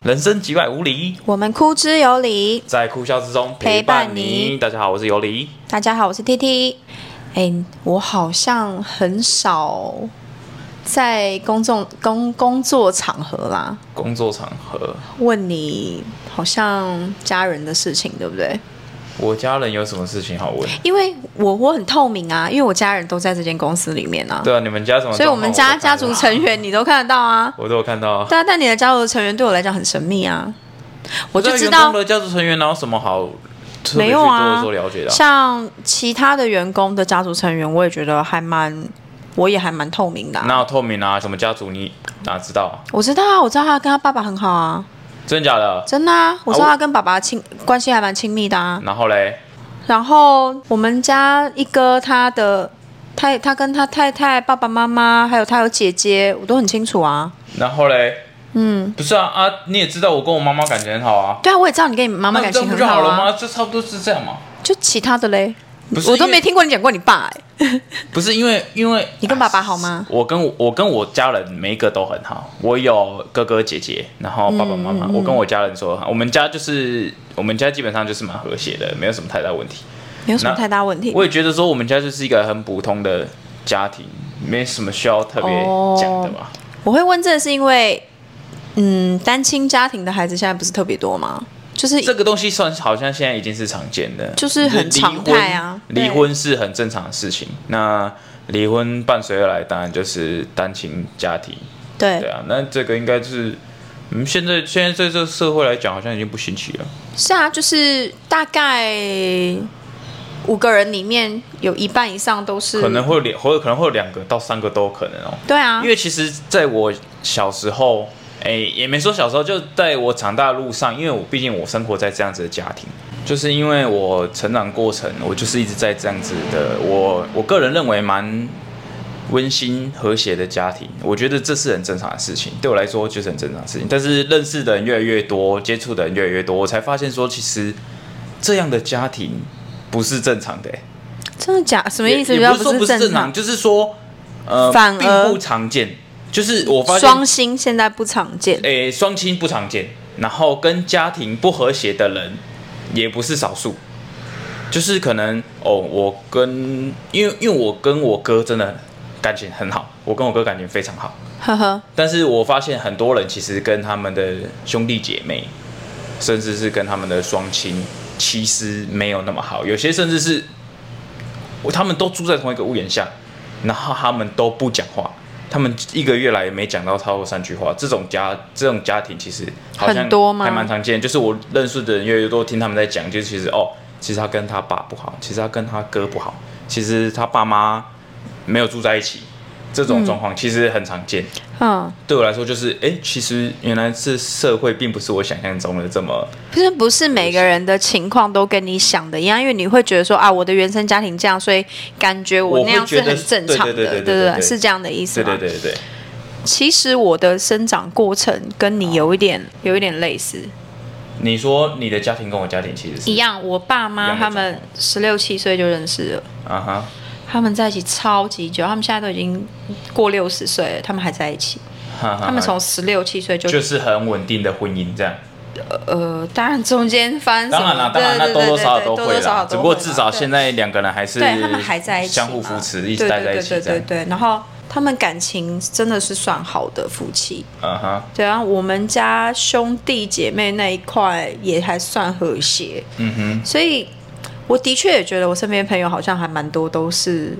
人生几百无理，我们哭之有理。在哭笑之中陪陪伴伴你你。大家好，我是尤里。大家好，我是 T T。哎，我好像很少在公众工工作场合啦，工作场合，问你好像家人的事情，对不对？我家人有什么事情好问？因为我我很透明啊，因为我家人都在这间公司里面啊，对啊，你们家什么状况？所以我啊们都家看到啊家族成员你都看得到啊。我都有看到啊。对啊，但你的家族成员对我来讲很神秘啊，我就知员道工的家族成员哪有什么好特别没去有啊多做了解的啊、像其他的员工的家族成员，我也觉得还蛮，我也还蛮透明的啊、哪有透明啊？什么家族你哪知道啊？我知道啊，我知道他跟他爸爸很好啊，真假的？真的啊，我知道我他跟爸爸亲关系还蛮亲密的啊。然后嘞，然后我们家一哥他的他他跟他太太、爸爸妈妈，还有他有姐姐，我都很清楚啊。然后嘞，嗯，不是啊啊，你也知道我跟我妈妈感情很好啊，对啊，我也知道你跟你妈妈那感你这情样不很就好了啊。吗？就差不多是这样嘛。就其他的嘞不，是我都因为没听过你讲过你爸、欸。不是因为因为啊你跟爸爸好吗？我跟我我跟我家人每一个都很好，我有哥哥姐姐，然后爸爸妈嗯妈，我跟我家人说很好，我们家就是我们家基本上就是蛮和谐的，没有什么太大问题。没有什么那太大问题。我也觉得说我们家就是一个很普通的家庭，没什么需要特别哦讲的吧。我会问这是因为，嗯，单亲家庭的孩子现在不是特别多吗？就是这个东西算好像现在已经是常见的，就是很常态啊离婚对离婚是很正常的事情。那离婚伴随而来，当然就是单亲家庭。对对啊，那这个应该就是，嗯，现在现在在这个社会来讲，好像已经不新奇了。是啊，就是大概五个人里面有一半以上都是可能会有两，或者可能会有两个到三个都有可能哦。对啊，因为其实在我小时候，哎、也没说小时候，就在我长大的路上，因为我毕竟我生活在这样子的家庭，就是因为我成长过程，我就是一直在这样子的，我我个人认为蛮温馨和谐的家庭，我觉得这是很正常的事情，对我来说就是很正常的事情。但是认识的人越来越多，接触的人越来越多，我才发现说，其实这样的家庭不是正常的、欸真的假？什么意思？也也叫不是说不是正正常，？就是说，呃，反并而不常见。就是我发现，双薪现在不常见，诶，双亲不常见，然后跟家庭不和谐的人也不是少数。就是可能哦，我跟因为因为我跟我哥真的感情很好，我跟我哥感情非常好，呵呵，但是我发现很多人其实跟他们的兄弟姐妹，甚至是跟他们的双亲，其实没有那么好。有些甚至是，他们都住在同一个屋檐下，然后他们都不讲话，他们一个月来也没讲到超过三句话。这种家这种家庭其实好像很多吗还蛮常见。就是我认识的人越来越多，听他们在讲，就是其实哦，其实他跟他爸不好，其实他跟他哥不好，其实他爸妈没有住在一起。这种状况其实很常见，嗯，对我来说就是，哎、其实原来这社会并不是我想象中的这么，不是不是每个人的情况都跟你想的一样，因为你会觉得说啊，我的原生家庭这样，所以感觉我我那会样是觉得很正常的，对对对对对对对是这样的意思对吗？对对对对，其实我的生长过程跟你有一点有一点类似，你说你的家庭跟我家庭其实是，一样。我爸一妈样的他们状十六七岁就认识了，啊哈，他们在一起超级久，他们现在都已经过六十岁了，他们还在一起。哈哈他们从十六七岁就就是很稳定的婚姻这样，呃，当然中间发生什当么然啦，当然那对对多多对少少对都多多会少少啦，都只不过会至啦少对现在两个人还是对他们还在一起嘛，相互扶持，一直对待在一起这对对对样，对对。然后他们感情真的是算好的夫妻，嗯哼，对啊，我们家兄弟姐妹那一块也还算和谐，嗯哼，所以我的确也觉得我身边朋友好像还蛮多都是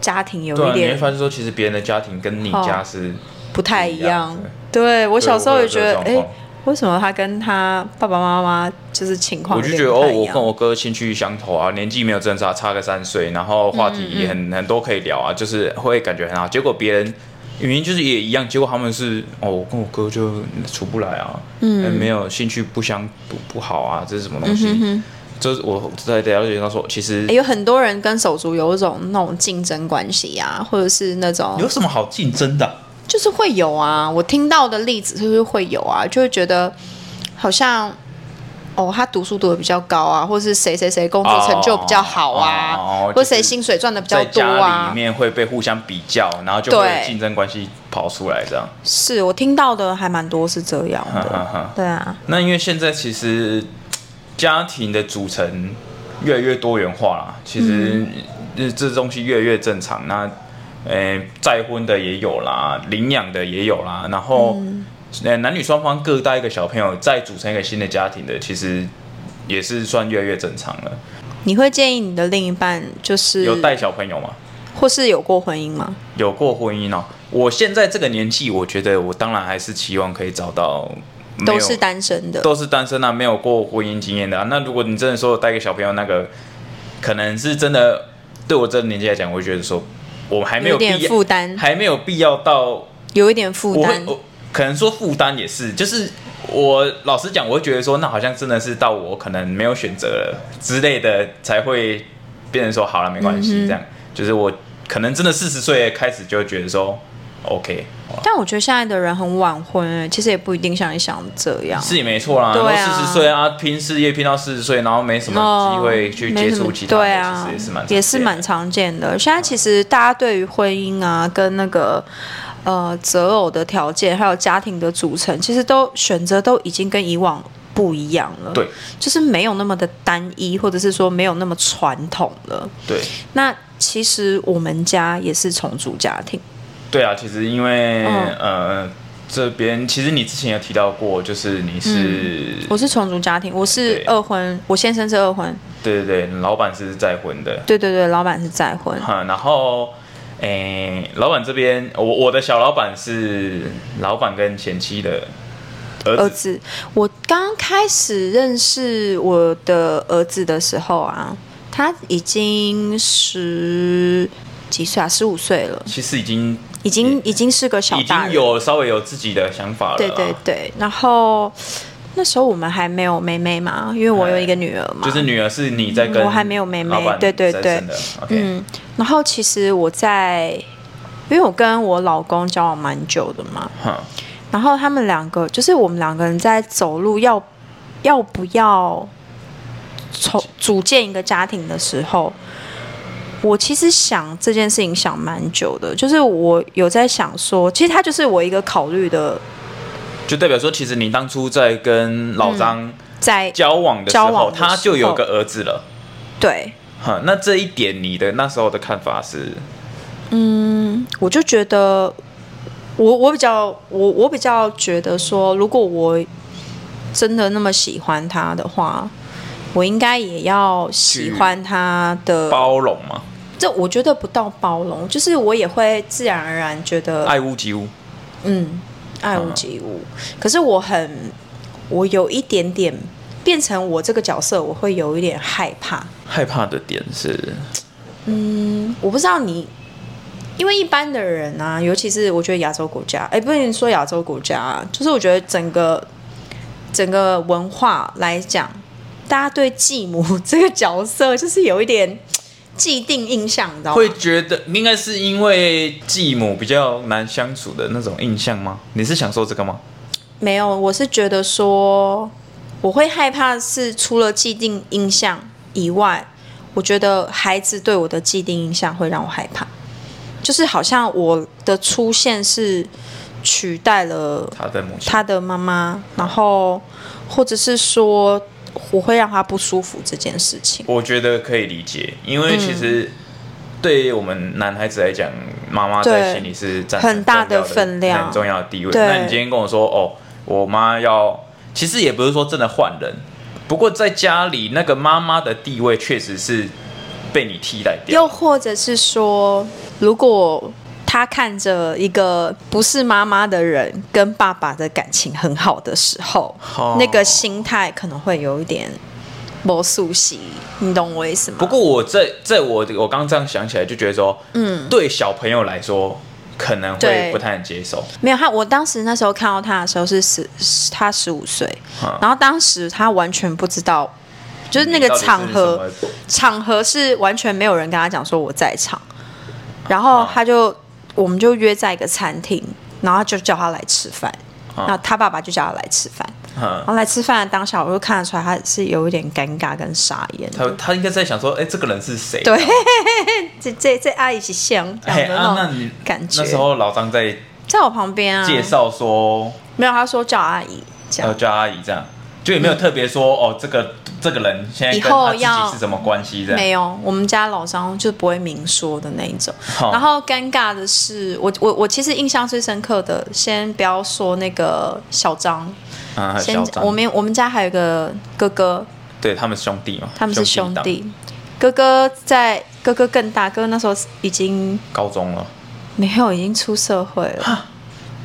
家庭有对一啊，你会点发现说，其实别人的家庭跟你家是，不太一不样一样。对我我小时候也觉得，会有哎、这种状况为什么他跟他爸爸妈妈就是情况我有就觉点得不哦，太一我样？跟我哥兴趣相投啊，年纪没有正差，差个三岁，然后话题嗯也很、很多可以聊啊，就是会感觉很好。结果别人明明就是也一样，结果他们是哦，我跟我哥就处不来啊，嗯，没有兴趣不相不不好啊，这是什么东西？嗯就是我在了解到说，其实有很多人跟手足有一种那种竞争关系啊，或者是那种有什么好竞争的啊、就是会有啊，我听到的例子就是会有啊，就会觉得好像哦，他读书读的比较高啊，或是谁谁谁工作成就比较好啊，哦哦哦哦或者谁薪水赚的比较在多家里啊。面会被互相比较，然后就会对竞争关系跑出来这样。嗯是我听到的还蛮多是这样哈哈 的，哈。对啊，那因为现在其实家庭的组成越来越多元化啦，其嗯实这这东西越来越正常。那呃，再婚的也有啦，领养的也有啦，然后嗯呃，男女双方各带一个小朋友，再组成一个新的家庭的，其实也是算越来越正常了。你会建议你的另一半就是有带小朋友吗？或是有过婚姻吗？有过婚姻哦。我现在这个年纪，我觉得我当然还是期望可以找到没有都是单身的，都是单身啊，没有过婚姻经验的啊。那如果你真的说我带给小朋友那个，可能是真的对我这个年纪来讲，我会觉得说，我还没有必点要，负担，还没有必要到有一点负我会担，我可能说负担也是，就是我老实讲，我会觉得说，那好像真的是到我可能没有选择了之类的，才会变成说好了，没关嗯系，这样就是我可能真的四十岁开始就会觉得说，OK，好了但我觉得现在的人很晚婚、欸，其实也不一定像你想的这样。是也没错啦，对都啊四十岁啊，拼事业拼到四十岁，然后没什么机会去接触其他哦的，没什么其实也是蛮，对啊也是蛮常见常见的。现在其实大家对于婚姻啊，跟那个呃择偶的条件，还有家庭的组成，其实都选择都已经跟以往不一样了。对，就是没有那么的单一，或者是说没有那么传统了。的对那其实我们家也是重组家庭，对啊，其实因为、嗯呃这边其实你之前有提到过，就是你是、我是重组家庭，我是对二婚，我先生是二婚，对对对，老板是再婚的，对对对，老板是再婚，哈、然后诶、老板这边我我的小老板是老板跟前妻的儿子，儿子，我刚开始认识我的儿子的时候啊，他已经十几岁啊，十五岁了，其实已经已经已经是个小已经大人。有稍微有自己的想法了啦，对对对，然后那时候我们还没有妹妹嘛，因为我有一个女儿嘛，哎就是女儿是你在跟我还没有妹妹老板对对在对生的，OK，嗯，然后其实我在，因为我跟我老公交往蛮久的嘛，哈，然后他们两个就是我们两个人在走路要要不要从组建一个家庭的时候，我其实想这件事情想蛮久的，就是我有在想说，其实它就是我一个考虑的就代表说，其实你当初在跟老张在交往的时嗯交往候，的时候他就有个儿子了。对，哈，那这一点你的那时候的看法是，我就觉得我我比较我我比较觉得说，如果我真的那么喜欢他的话，我应该也要喜去欢他的包容吗？这我觉得不到包容，就是我也会自然而然觉得，爱屋及乌，嗯，爱屋及乌。可是我很，我有一点点变成我这个角色，我会有一点害怕。害怕的点是，我不知道你，因为一般的人啊，尤其是我觉得亚洲国家，哎，不能说亚洲国家啊，就是我觉得整个整个文化来讲，大家对继母这个角色就是有一点既定印象，你知道吗会？觉得应该是因为继母比较难相处的那种印象吗？你是想说这个吗？没有，我是觉得说，我会害怕是除了既定印象以外，我觉得孩子对我的既定印象会让我害怕，就是好像我的出现是取代了他的母亲，他的妈妈，然后或者是说我会让他不舒服这件事情。我觉得可以理解，因嗯为其实对于我们男孩子来讲，妈妈在对心里是占很大的的分量很重要的地位。对那你今天跟我说，哦，我妈要，其实也不是说真的换人，不过在家里那个妈妈的地位确实是被你替代掉。又或者是说，如果他看着一个不是妈妈的人跟爸爸的感情很好的时候，哦那个心态可能会有一点不熟悉，你懂我意思吗？不过我在在我我刚这样想起来，就觉得说，嗯，对小朋友来说可能会对不太能接受。没有他，我当时那时候看到他的时候是十，是他十五岁嗯，然后当时他完全不知道，就是那个场合，你到底是什么场合是完全没有人跟他讲说我在场，然哦后他就、我们就约在一个餐厅，然后就叫他来吃饭，啊哦那、他爸爸就叫他来吃饭，然后来吃饭的当下，我就看得出来他是有一点尴尬跟傻眼的。他他应该在想说，哎、这个人是谁？对，这这这阿姨是像这哎、样的啊，那那种你感觉那，时候老张在在我旁边啊，介绍哦说没有，他说叫阿姨这要样。嗯叫阿姨这样，就也没有特别说、哦，这个这个人现在以跟后他自要己是什么关系这样。没有，我们家老张就不会明说的那一种。好然后尴尬的是，我我我其实印象最深刻的，先不要说那个小张，啊，先小张，我们我们家还有一个哥哥，对他们是兄弟嘛，他们是兄党，弟。哥哥在哥哥更大，哥哥那时候已经高中了，没有，已经出社会了。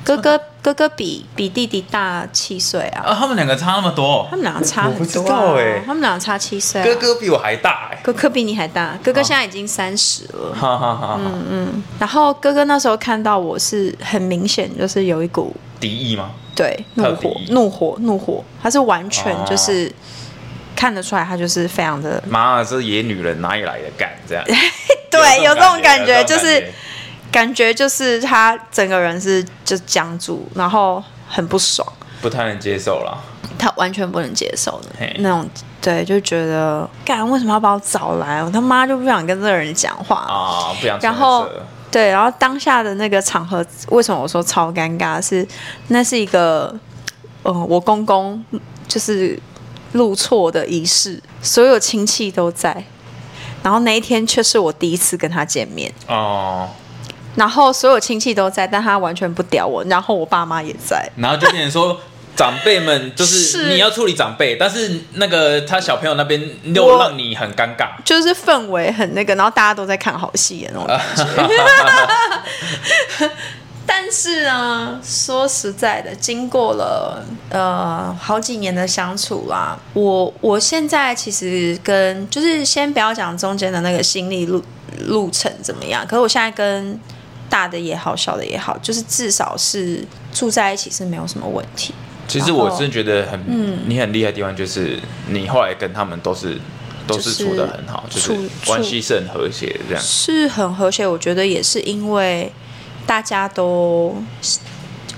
哥哥哥哥比比弟弟大七岁啊，啊，他们两个差那么多他，们两个差我不很知多道啊，欸他们两个差七岁啊、哥哦哥比我还大哎、哥哥比你还大，哥哥现在已经三十了。哈哈哈嗯哈，然后哥哥那时候看到我是很明显，就是有一股敌意吗？对怒特火、敌怒火、怒火，他是完全哦就是、看得出来，他就是非常的妈的，这野女人哪里来的干这样？ 对，有这种感有觉，这就种是感觉就是他整个人是就僵住，然后很不爽，不太能接受啦。他完全不能接受的嘿那种，对，就觉得干为什么要把我找来？我他妈就不想跟这个人讲话啊，不想承认这。然后对，然后当下的那个场合，为什么我说超尴尬？是那是一个，呃，我公公就是入错的仪式，所有亲戚都在。然后那一天却是我第一次跟他见面，哦，然后所有亲戚都在，但他完全不屌我，然后我爸妈也在，然后就变成 说。长辈们就是是你要处理长辈，但是那个他小朋友那边我又让你很尴尬，就是氛围很那个，然后大家都在看好戏的那种感觉。 但是呢，说实在的，经过了呃好几年的相处啦，我我现在其实跟就是先不要讲中间的那个心理路路程怎么样，可是我现在跟大的也好，小的也好，就是至少是住在一起是没有什么问题。其实我是觉得很，你很厉害的地方就是你后来跟他们都是都是就是处的很好，就是处关系是很和谐的这样。是很和谐，我觉得也是因为大家都，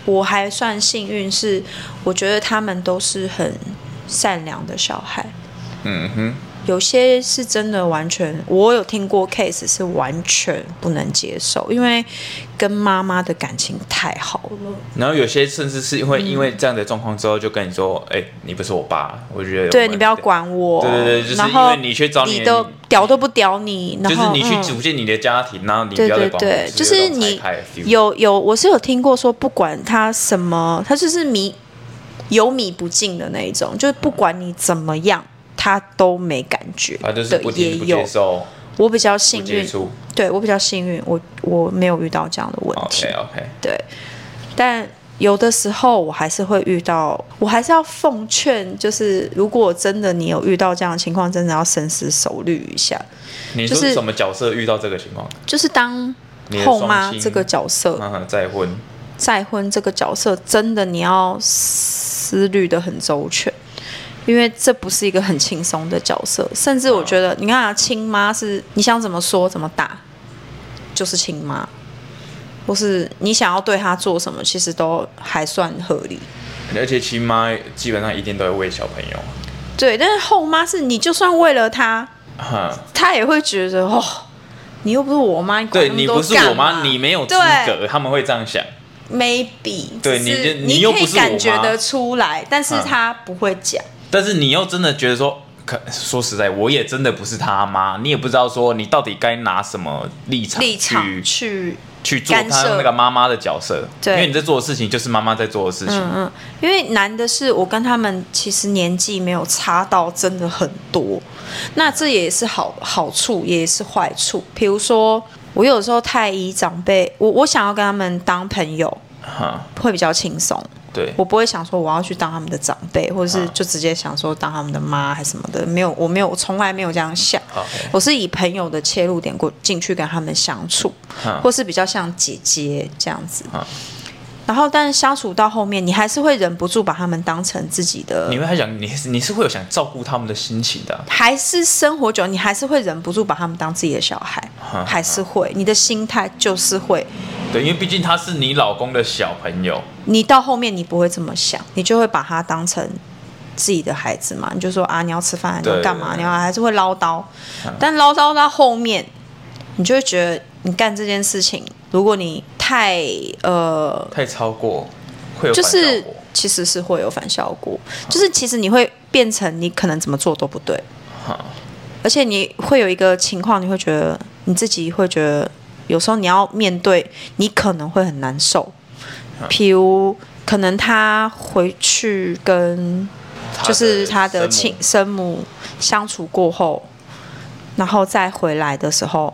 我还算幸运，是我觉得他们都是很善良的小孩，嗯哼，有些是真的完全，我有听过 case 是完全不能接受，因为跟妈妈的感情太好了，然后有些甚至是因为、因为这样的状况之后，就跟你说，哎、你不是我爸，我觉得有对问你不要题。管我，对对对就是然后因为你去找你理都屌都不屌你，然就后是你去嗯组建你的家庭，然后你不对要对再管我，对，就有是种拆你开的 feel 有有，我是有听过说，不管他什么，他就是米有米不进的那一种，就是不管你怎么样，他都没感觉啊，就是的不听也不接有。受，我比较不幸接运，触。对我比较幸运，我我没有遇到这样的问题。 OK OK，对，但有的时候我还是会遇到，我还是要奉劝，就是如果真的你有遇到这样的情况，真的要深思熟虑一下。你说就是是什么角色遇到这个情况？就是当你的后双妈亲这个角色，嗯，再婚，再婚这个角色，真的你要思虑的很周全，因为这不是一个很轻松的角色。甚至我觉得，你看啊，亲妈是你想怎么说怎么打，就是亲妈，或是你想要对她做什么，其实都还算合理。而且亲妈基本上一定都会喂小朋友，对，但是后妈是你就算为了她，哼。她也会觉得哦，你又不是我妈，你管对那么你多不是干我妈，嘛你没有资对格，他们会这样想。 maybe，对只你是就你你又可不以是我感觉妈得出来，但是嗯他不会讲。但是你又真的觉得说，可说实在，我也真的不是他妈，你也不知道说你到底该拿什么立场立场去去，去做干他涉那个妈妈的角色，对因为你在做的事情就是妈妈在做的事情。嗯嗯，因为难的是我跟他们其实年纪没有差到真的很多，那这也是好好处，也是坏处。比如说，我有时候太依长辈，我我想要跟他们当朋友哈、会比较轻松，对，我不会想说我要去当他们的长辈，或者是啊就直接想说当他们的妈还是什么的，没有，我没有，我从来没有这样想。 OK 我是以朋友的切入点过进去跟他们相处，哈或是比较像姐姐这样子啊。然后，但是相处到后面，你还是会忍不住把他们当成自己的你会还想你是你是会有想照顾他们的心情的啊、，还是生活久，你还是会忍不住把他们当自己的小孩还是会，你的心态就是会，对，因为毕竟他是你老公的小朋友，你到后面你不会这么想，你就会把他当成自己的孩子嘛，你就说啊，你要吃饭，你对要干嘛，对嗯你要还是会唠叨，但唠叨到后面，你就会觉得你干这件事情，如果你太呃太超过会有就反效果。是其实是会有反效果，就是其实你会变成你可能怎么做都不对，而且你会有一个情况，你会觉得你自己会觉得有时候你要面对，你可能会很难受，譬如可能他回去跟他就是他生的亲母生母相处过后，然后再回来的时候，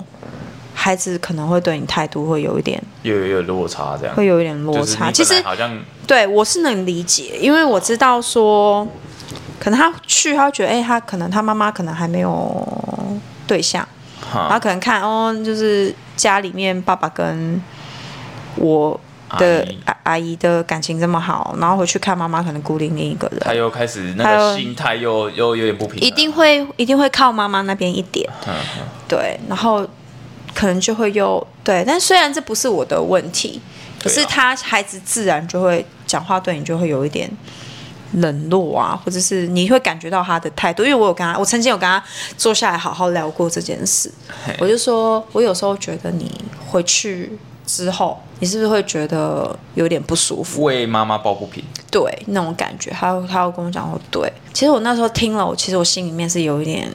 孩子可能会对你态度会有一点又有有落差这样，会有一点落就是你差，本其实来好像对我是能理解，因为我知道说，可能他去，他会觉得，哎、他可能他妈妈可能还没有对象，然后哈可能看哦，就是家里面爸爸跟我的阿姨阿阿姨的感情这么好，然后回去看妈妈可能孤零零一个人，他又开始他那又个心态又又有点不平衡，一定会一定会靠妈妈那边一点，嗯，嗯对，然后可能就会又对，但虽然这不是我的问题，可对是啊他孩子自然就会讲话对你就会有一点冷落啊，或者是你会感觉到他的态度，因为我有跟他，我曾经有跟他坐下来好好聊过这件事，我就说，我有时候觉得你回去之后，你是不是会觉得有点不舒服？为妈妈抱不平，对那种感觉，他他会跟我讲说，对，其实我那时候听了，我其实我心里面是有一点，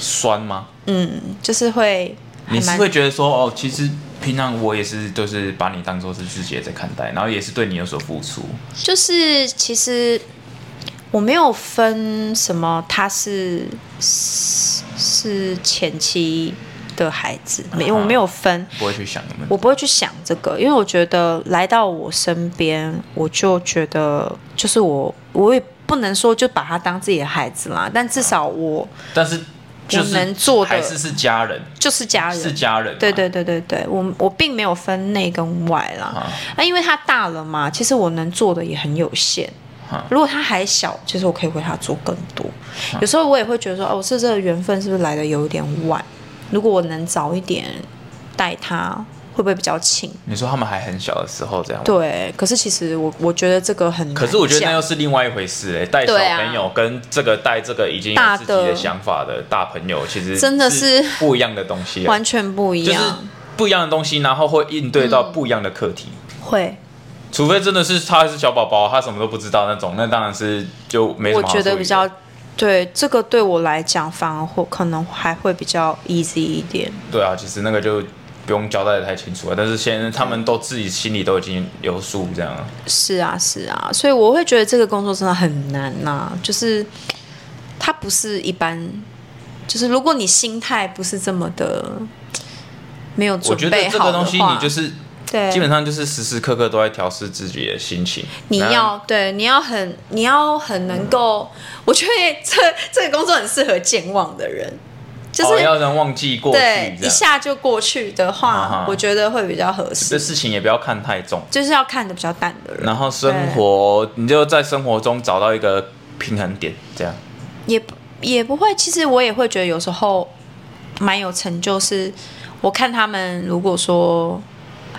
酸吗？就是会。还你是蛮会觉得说哦，其实平常我也是就是把你当做是自己也在看待，然后也是对你有所付出，就是其实我没有分什么，他是是是前妻的孩子，没我没有分，不会去想你们我不会去想这个，因为我觉得来到我身边，我就觉得就是我，我也不能说就把他当自己的孩子啦，但至少我但是就是我能做的还是是家人，就是家人，啊是家人嘛，对对对对对，我我并没有分内跟外啦啊。那、因为他大了嘛，其实我能做的也很有限啊。如果他还小，其实我可以为他做更多。有时候我也会觉得说，哦，是这个缘分是不是来的有点晚？如果我能早一点带他，会不会比较亲？你说他们还很小的时候这样吗。对，可是其实我我觉得这个很难讲，可是我觉得那又是另外一回事哎、带小对啊朋友跟这个带这个已经有大自己的的想法的大朋友，其实真的是是不一样的东西、啊，完全不一就是样，嗯不一样的东西，然后会应对到不一样的课题。会。除非真的是他是小宝宝，他什么都不知道那种，那当然是就没什我么好觉得处理比的较对这个对我来讲，反而会可能还会比较 easy 一点。对啊，其实那个就不用交代的太清楚了。但是现在他们都自己心里都已经有数这样了。是啊，是啊，所以我会觉得这个工作真的很难呐、就是它不是一般，就是如果你心态不是这么的没有我准觉得备这好个的东西话，你就是对，基本上就是时时刻刻都在调试自己的心情。你然后要对你要很你要很能够，我觉得这这个工作很适合健忘的人，就是、哦、要能忘记过去对这一样。下就过去的话，啊哈我觉得会比较合这适，事情也不要看太重，就是要看的比较淡的人。然后生活你就在生活中找到一个平衡点，这样也不也不会。其实我也会觉得有时候蛮有成就，是我看他们如果说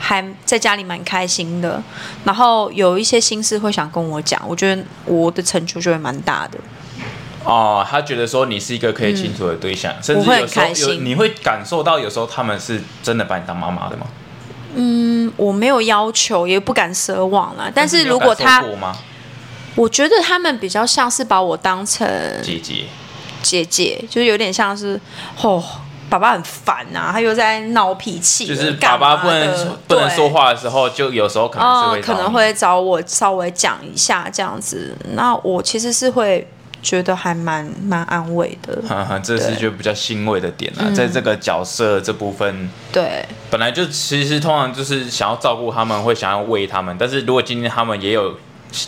还在家里蛮开心的，然后有一些心事会想跟我讲，我觉得我的成就就会蛮大的。哦，他觉得说你是一个可以倾诉的对象，甚我至嗯会有时候很开有心你会感受到有时候他们是真的把你当妈妈的吗？嗯，我没有要求，也不敢奢望啦。但是你有如果感受他，过吗我觉得他们比较像是把我当成姐姐，姐姐，就是有点像是哦。爸爸很烦啊，他又在闹脾气了，就是爸干爸嘛不能呃的说不能对说话的时候，就有时候可能是哦会，可找能你会找我稍微讲一下这样子。那我其实是会觉得还蛮蛮安慰的，哈哈， 这是对就比较欣慰的点嗯啦，在这个角色这部分，对本来就其实通常就是想要照顾他们，会想要喂他们，但是如果今天他们也有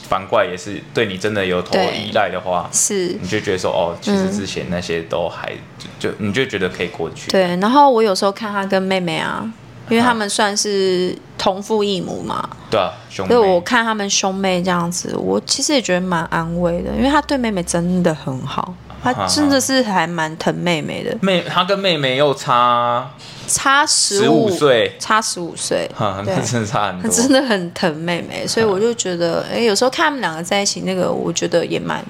反过来也是对你真的有投对依赖的话，是你。就觉得说哦，其实之前那些都还就就你就觉得可以过去，对，然后我有时候看他跟妹妹啊，因为啊他们算是同父异母嘛，对啊，兄妹所以，我看他们兄妹这样子，我其实也觉得蛮安慰的，因为他对妹妹真的很好，他真的是还蛮疼妹妹的，妹他跟妹妹又差，差十15岁 差十五岁，哈，对那，真的差很他多。嗯真的很疼妹妹，所以我就觉得，哎、有时候看他们两个在一起，那个我觉得也蛮，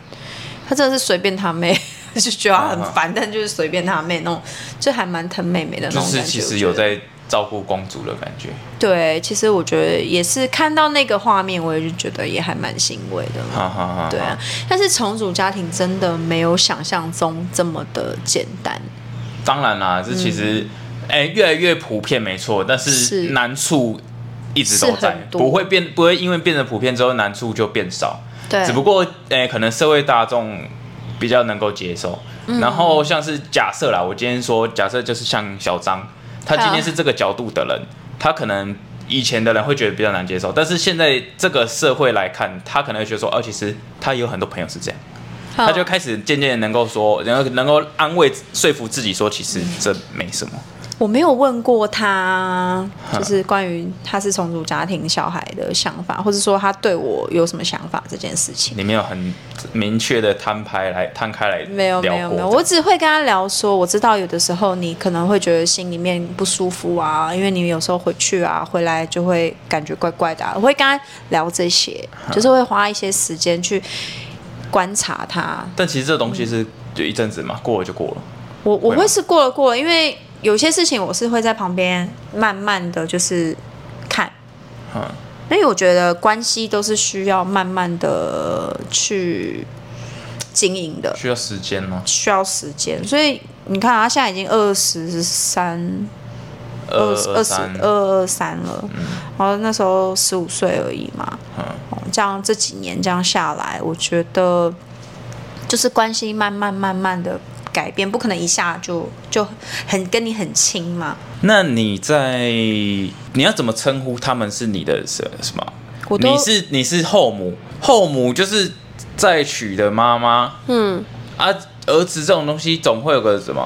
他真的是随便他妹。 就觉得他很烦，但就是随便他妹那种，就还蛮疼妹妹的那啊就种感觉。是其我实觉有得在照顾公主的感觉。对，其实我觉得也是看到那个画面，我也就觉得也还蛮欣慰的。哈哈哈哈，对啊，但是重组家庭真的没有想象中这么的简单。当然嗯啦，这其实哎、越来越普遍没错，但是是难处一直都是在很，多不会变，不会因为变得普遍之后难处就变少，对啊只不过哎、可能社会大众比较能够接受。嗯然后像是假设啦，我今天说假设就是像小张，他啊今天是这个角度的人，他可能。以前的人会觉得比较难接受，但是现在这个社会来看，他可能会觉得说，哦，其实他有很多朋友是这样，他就嗯开始渐渐能够说，能够能够安慰、说服自己说，其实这没什么。我没有问过他，就是关于他是重组家庭小孩的想法，或者说他对我有什么想法这件事情。你没有很明确的摊牌来摊开来没有没聊有过没有，我只会跟他聊说，我知道有的时候你可能会觉得心里面不舒服啊，因为你有时候回去啊，回来就会感觉怪怪的、啊。我会跟他聊这些，就是会花一些时间去观察他，但其实这东西是就一阵子嘛，过了就过了。我我会吗会是过了过了，因为有些事情我是会在旁边慢慢的就是看，嗯，因为我觉得关系都是需要慢慢的去经营的，需要时间哦呢。需要时间。所以你看啊，他现在已经二十三、二呃二十三二二三了，然后那时候十五岁而已嘛，嗯哦这样这几年这样下来，我觉得就是关系慢慢慢慢的改变，不可能一下就就很跟你很亲嘛。那你在你要怎么称呼他们是你的什什么？我都你是你是后母，后母就是再娶的妈妈。嗯啊，儿子这种东西总会有个什么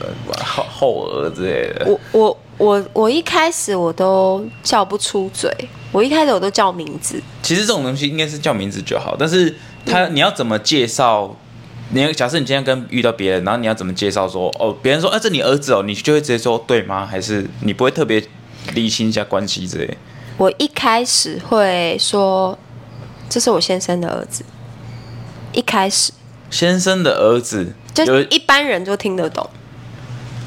呃后后儿之类的。我我我我一开始我都叫不出嘴，我一开始我都叫名字，其实这种东西应该是叫名字就好，但是他你要怎么介绍？你要假设你今天跟遇到别人，然后你要怎么介绍说哦，别人说啊这你儿子哦，你就会直接说对吗？还是你不会特别理清一下关系之类？我一开始会说这是我先生的儿子，一开始先生的儿子， 就有一般人就听得懂，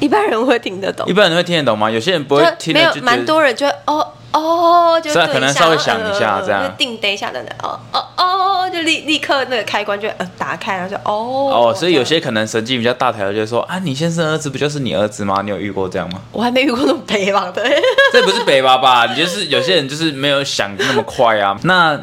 一般人会听得懂一，般人会听得懂吗？有些人不会就听没得有就觉得蛮多人就会哦哦，就所以顿可能一下稍微想一下呃这样就定得一下等等，哦哦哦，就立立刻那个开关就呃打开，然后就哦哦，所以有些可能神经比较大条，就会说啊，你先生儿子不就是你儿子吗？你有遇过这样吗？我还没遇过那么北 方的，这不是北巴吧？你就是有些人就是没有想那么快啊。那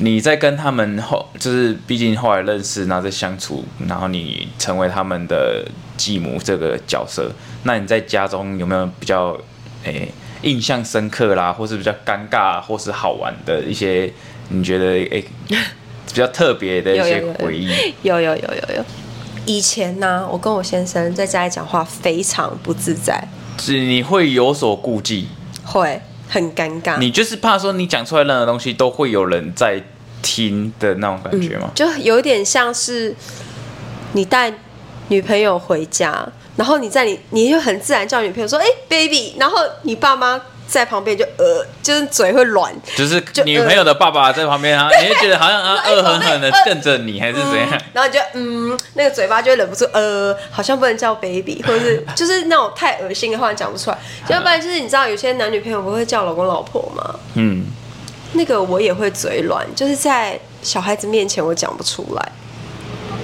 你在跟他们后，就是毕竟后来认识，然后再相处，然后你成为他们的继母这个角色，那你在家中有没有比较诶、印象深刻啦，或是比较尴尬，或是好玩的一些你觉得诶、比较特别的一些有有有回忆？有有有有有。以前呢、我跟我先生在家里讲话非常不自在，是你会有所顾忌，会很尴尬。你就是怕说你讲出来任何东西都会有人在听的那种感觉吗？就有点像是你带女朋友回家，然后你在你你就很自然叫女朋友说：“哎、b a b y 然后你爸妈在旁边就呃，就是嘴会软，就是就呃女朋友的爸爸在旁边啊，你会觉得好像 啊恶狠狠的瞪着你，还是怎样？然后你就嗯，那个嘴巴就会忍不住呃，好像不能叫 baby，或 者是就是那种太恶心的话讲不出来。要不然就是你知道有些男女朋友不会叫老公老婆吗？嗯，那个我也会嘴软，就是在小孩子面前我讲不出来。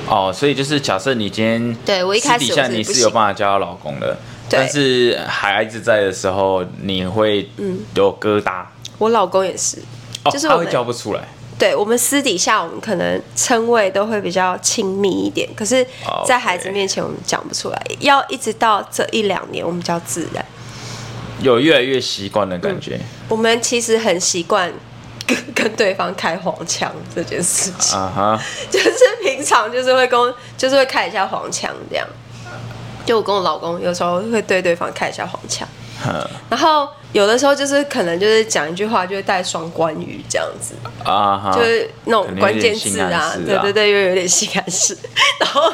哦，所以就是假设你今天对我一开始私底下我是你不是有行办法交到老公的，对但是孩子在的时候你会有疙瘩，我老公也是，哦，嗯就是他我会们叫不出来，对我们私底下我们可能称谓都会比较亲密一点，可是哦 OK，在孩子面前我们讲不出来，要一直到这一两年我们比较自然。有越来越习惯的嗯感觉我们其实很习惯跟跟对方开黄腔这件事情，啊哈， 就是平常就是会跟就是会开一下黄腔这样。就我跟我老公有时候会对对方开一下黄腔，然后有的时候就是可能就是讲一句话就会带双关语这样子，啊哈，就是那种关键字可能有点性啊暗示，啊对对对，又有点性暗示。 然后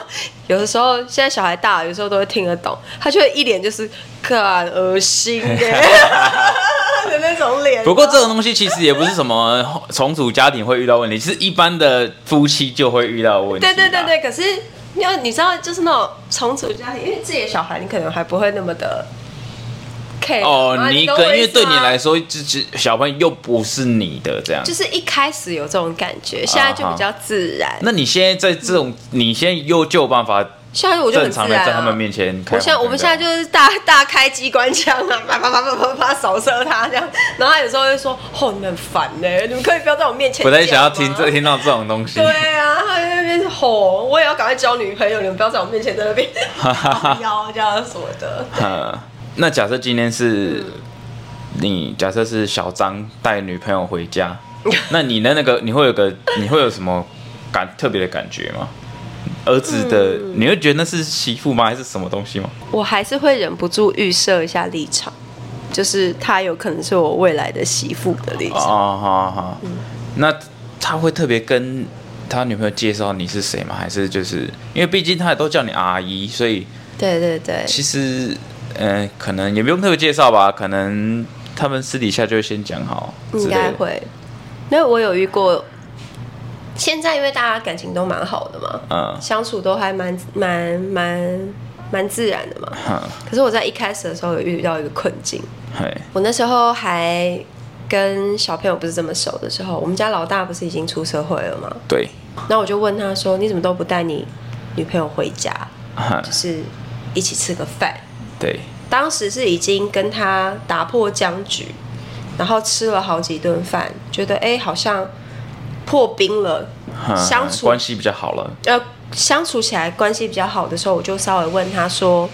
有的时候现在小孩大了，有时候都会听得懂，他就会一脸就是干恶心的、 的那种脸。啊不过这种东西其实也不是什么重组家庭会遇到问题，是一般的夫妻就会遇到的问题。对对对，对，可是你要你知道，就是那种重组家庭，因为自己的小孩，你可能还不会那么的 care 哦，啊你懂跟我因为意思对你吗来说，这这小朋友又不是你的这样就。是一开始有这种感觉，现在就比较自然。啊那你现在在这种，你现在又就有办法现在我就很正自常的然、啊、在他们面前开黄我现灯在的？我们现在就是大 大开机关枪啊， 啪啪啪啪啪啪扫射他这样，然后他有时候会说：“哦，你们很烦呢、你们可以不要在我面前。”不太想要听这。听到这种东西。啊对啊，他在那边吼，我也要赶快交女朋友，你们不要在我面前在那边 腰这样什么的。呃， 那假设今天是、你，假设是小张带女朋友回家， 那你的那个你会有个你会有什么感特别的感觉吗？儿子的，嗯你会觉得那是媳妇吗？还是什么东西吗？我还是会忍不住预设一下立场，就是他有可能是我未来的媳妇的立哦，场。好好，嗯那他会特别跟他女朋友介绍你是谁吗？还是就是因为毕竟他也都叫你阿姨，所以对对对，其实嗯、呃可能也不用特别介绍吧，可能他们私底下就会先讲好，应该。会。因为我有遇过，现在因为大家感情都蛮好的嘛，嗯相处都还蛮蛮蛮蛮自然的嘛。哼，可是我在一开始的时候有遇到一个困境，嘿，我那时候还跟小朋友不是这么熟的时候，我们家老大不是已经出社会了吗？对，那我就问他说：“你怎么都不带你女朋友回家，哼就是一起吃个饭？”对，当时是已经跟他打破僵局，然后吃了好几顿饭，觉得哎、诶好像破冰了，哼相处关系比较好了，呃相处起来关系比较好的时候，我就稍微问他说：“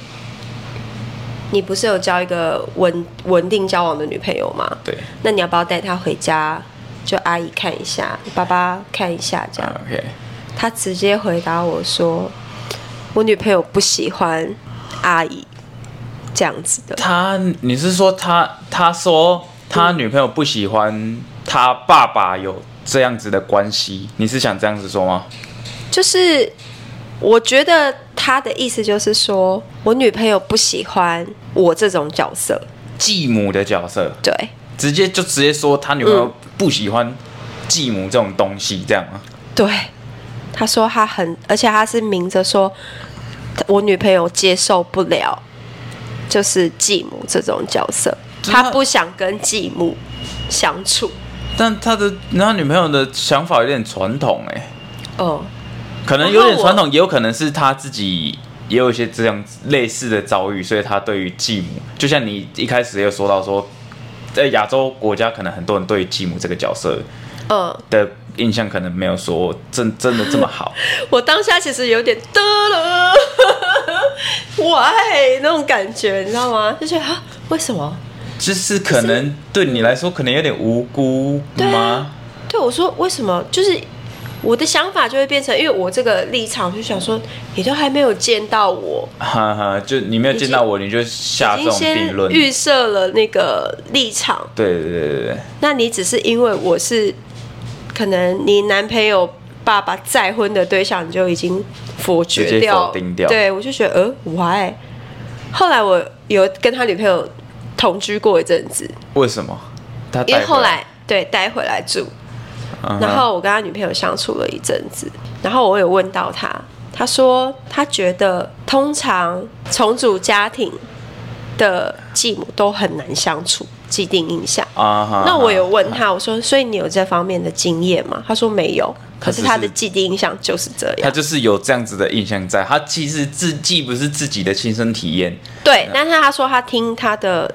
你不是有交一个稳稳定交往的女朋友吗？对那你要不要带她回家？”就阿姨看一下，爸爸看一下，这样。啊，OK，他直接回答我说：“我女朋友不喜欢阿姨这样子的。”他你是说他他说他女朋友不喜欢他爸爸有这样子的关系，你是想这样子说吗？就是我觉得他的意思就是说我女朋友不喜欢我这种角色，继母的角色，对直接就直接说他女朋嗯友不喜欢继母这种东西，这样啊吗？对。他说他很，而且他是明着说，我女朋友接受不了，就是继母这种角色，真的他不想跟继母相处。但他的那他女朋友的想法有点传统哎、哦，可能有点不过我传统，也有可能是他自己也有一些这样类似的遭遇，所以他对于继母，就像你一开始也有说到说，在亚洲国家，可能很多人对继母这个角色嗯，的印象可能没有说真真的这么好。我当下其实有点得了 ，why 那种感觉，你知道吗？就觉得啊，为什么？就是可能对你来说，可能有点无辜对啊吗？，对我说为什么？就是我的想法就会变成，因为我这个立场就想说，你都还没有见到我，哈哈，就你没有见到我，你就下已这经种定先论。预设了那个立场，对对对对对，那你只是因为我是可能你男朋友爸爸再婚的对象，你就已经否决直接掉，否定掉对我就觉得呃，why？后来我有跟他女朋友同居过一阵子，为什么？他因为带后回来，对带回来住，嗯哼然后我跟他女朋友相处了一阵子，然后我有问到他，他说他觉得通常重组家庭的继母都很难相处，既定印象。啊哈，那我有问他，我说，所以你有这方面的经验吗？他说没有，可是他只是他的既定印象就是这嗯他样。就是有这样子的印象在，他其实自既不是自己的亲身体验，对，但是他说他听他的，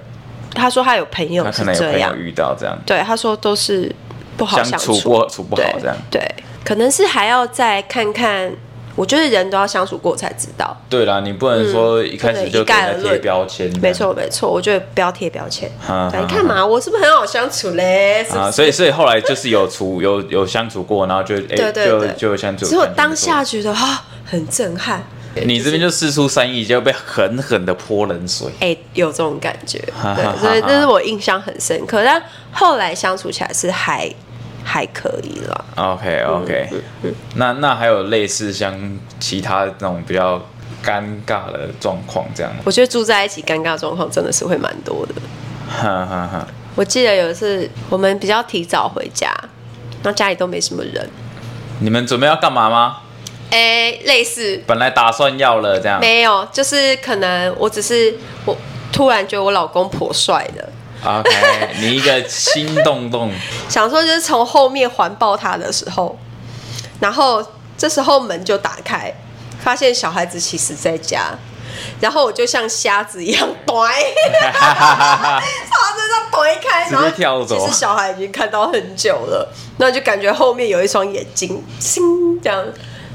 他说他有朋友他可是能有这朋友样，遇到这样，对，他说都是不好相处处不处不好对这样。对，可能是还要再看看。我觉得人都要相处过才知道，对啦，你不能嗯说一开始就给人家贴标签，没错没错。我觉得不要贴标签，嗯对你看嘛，我是不是很好相处嘞？是不啊，是？所以所以后来就是有处有有相处过，然后就哎、对对对就就相处，只有当下哦就觉得啊、很震撼，你这边就四出三意，就被狠狠的泼冷水。哎、有这种感觉，哈哈哈哈对，所以这是我印象很深刻。但后来相处起来是还还可以了。 OK OK，、那那还有类似像其他那种比较尴尬的状况这样吗？我觉得住在一起尴尬状况真的是会蛮多的。哈哈哈，我记得有一次我们比较提早回家，然后家里都没什么人， 你们准备要干嘛吗？哎、类似本来打算要了这样，没有，就是可能我只是我突然觉得我老公颇帅的， OK，你一个心动动，想说就是从后面环抱他的时候，然后这时候门就打开，发现小孩子其实在家，然后我就像瞎子一样躲， 他就这样躲开，直接然后跳走其实小孩已经看到很久了，那就感觉后面有一双眼睛，星这样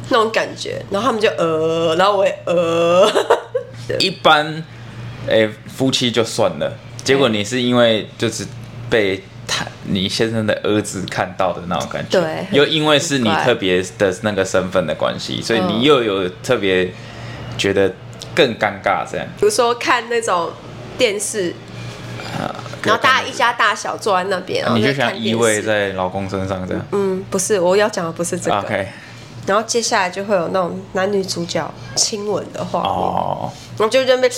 那种感觉，然后他们就呃，然后我也呃，一般，哎、夫妻就算了，结果你是因为就是被他你先生的儿子看到的那种感觉，对又因为是你很奇怪特别的那个身份的关系，所以嗯你又有特别觉得更尴尬这样，比如说看那种电视，然后大家一家大小坐在那边，然后啊你就在看想依电偎视。在啊老公身上这样、嗯，不是，我要讲的不是这个。 o k 然后接下来就会有那种男女主角亲吻的画面，哦，然后就认为，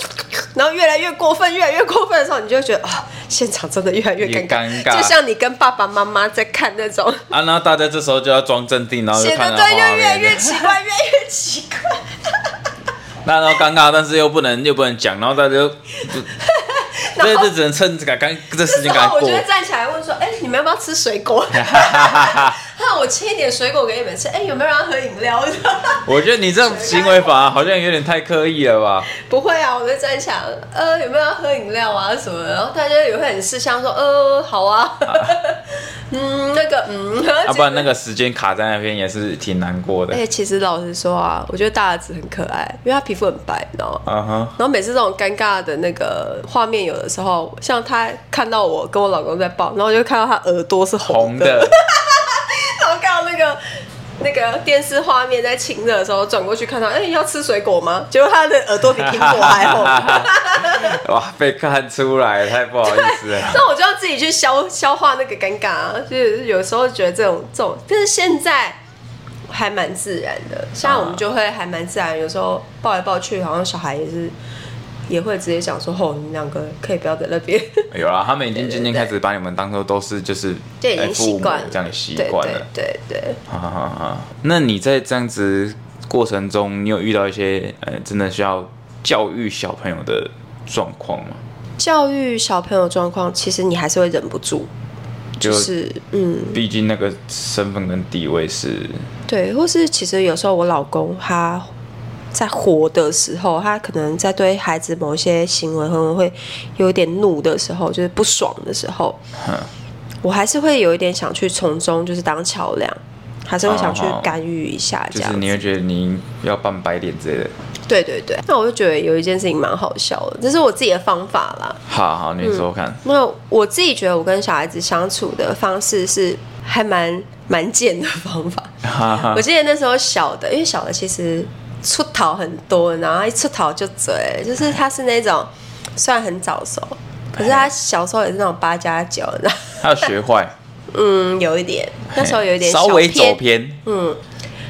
然后越来越过分，越来越过分的时候，你就会觉得啊、现场真的越来越尴尬，越尴尬就像你跟爸爸妈妈在看那种，啊，然后大家这时候就要装镇定，然后就显看得到对，画就越来面越奇怪，越来越奇怪。 那然后尴尬，但是又不能又不能讲，然后大家就， 就对，就只能趁这个赶这时 间然赶后快我就过。会站起来问说：“哎、你们要不要吃水果？ 那我切一点水果给你们吃。哎、有没有人要喝饮料？ 我觉得你这种行为法好像有点太刻意了 吧？不会啊，我就站起来，呃，有没有要喝饮料啊什么的？然后大家也会很识相说，呃，好啊， 嗯，那个，嗯，要、啊不然那个时间卡在那边也是挺难过的而。且哎其实老实说啊，我觉得大儿子很可爱，因为他皮肤很白，你知道吗？嗯哼，然后每次这种尴尬的那个画面，有的时候像他看到我跟我老公在抱，然后我就看到他耳朵是红红的， 的，然后看到那个那个电视画面在亲热的时候，转过去看到，哎、要吃水果吗？结果他的耳朵比苹果还 红。哇，被看出来，太不好意思了。 那我就要自己去消消化那个尴尬、啊，就是有时候觉得这种这种，但是现在还蛮自然的，现在我们就会还蛮自然，有时候抱来抱去，好像小孩也是也会直接讲说：“哦吼，你们两个可以不要在那边。有啦，他们已经渐渐开始把你们当做都是就是”就已哎经父习母惯了，这样的 习对惯了。对对对，哈哈哈！啊那你在这样子过程中，你有遇到一些呃，真的需要教育小朋友的状况吗？教育小朋友状况，其实你还是会忍不住，就就是嗯，毕竟那个身份跟地位是，对，或是其实有时候我老公他在活的时候，他可能在对孩子某一些行为可能会有一点怒的时候，就是不爽的时候，我还是会有一点想去从中就是当桥梁，还是会想去哦哦干预一下这就样是子。你会觉得你要扮白脸之类的。对对对，那我就觉得有一件事情蛮好笑的，这是我自己的方法啦。好好，你说说看。那我自己觉得我跟小孩子相处的方式是还蛮蛮贱的方法。哈哈嗯我，记得那时候小的，因为小的其实出逃很多，然后一出逃就追，就是他是那种虽然很早熟，可是他小时候也是那种八加九，然后 他要学坏，嗯，有一点，那时候有一点嗯稍微走，偏。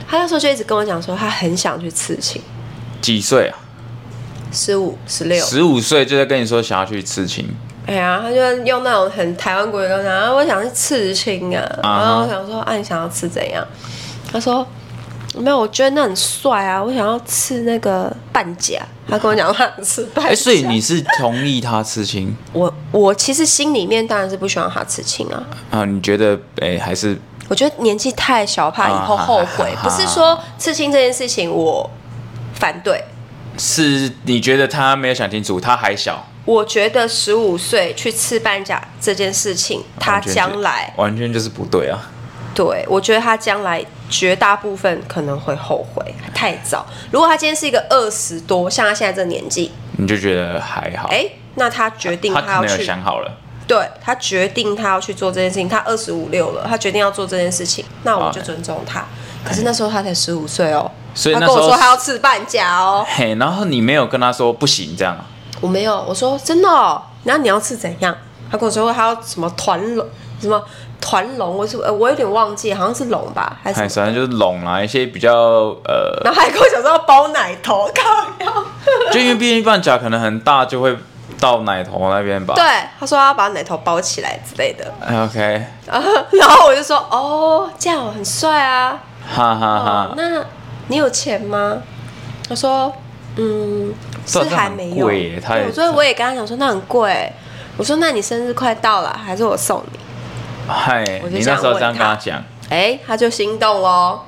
他那时候就一直跟我讲说他很想去刺青，几岁啊？十五、十六，十五岁就在跟你说想要去刺青，哎呀，他就用那种很台湾国语跟我讲，啊我想去刺青啊，啊哈然后我想说，啊，你想要刺怎样？他说没有，我觉得那很帅啊，我想要刺那个半甲。他跟我讲他想刺半甲，哎、所以你是同意他刺青我我其实心里面当然是不喜欢他刺青啊，啊？你觉得哎、还是我觉得年纪太小，怕以后后悔。啊不是说刺青这件事情我反对，是你觉得他没有想清楚，他还小，我觉得十五岁去刺半甲这件事情，他完全是将来完全就是不对啊。对我觉得他将来绝大部分可能会后悔，太早。如果他今天是一个二十多，像他现在这年纪，你就觉得还好，哎，那他决定他可要能有去想好了，对他决定他要去做这件事情，他二十五六了，他决定要做这件事情，那我就哎尊重他。可是那时候他才十五岁哦，所以他那跟时我候说他要吃半价哦，嘿，然后你没有跟他说不行这样啊，我没有，我说真的、哦，然后你要吃怎样？他跟我说他要什么团龙，什么团龙，我是呃我有点忘记，好像是龙吧还是什哎，么？反正就是拢啦，一些比较呃，然后还跟我讲说要包奶头，靠腰！就因为毕竟半甲可能很大，就会到奶头那边吧。对，他说要把奶头包起来之类的，哎，OK，然后然后我就说哦，这样很帅啊，哈哈哦哈，，那你有钱吗？他说，嗯，是这这还很没有。贵耶他也对我所以我也跟他讲说，那很贵。我说，那你生日快到了，还是我送你？嗨，哦我就你这那样时候这样跟问他他讲，哎、他就心动喽。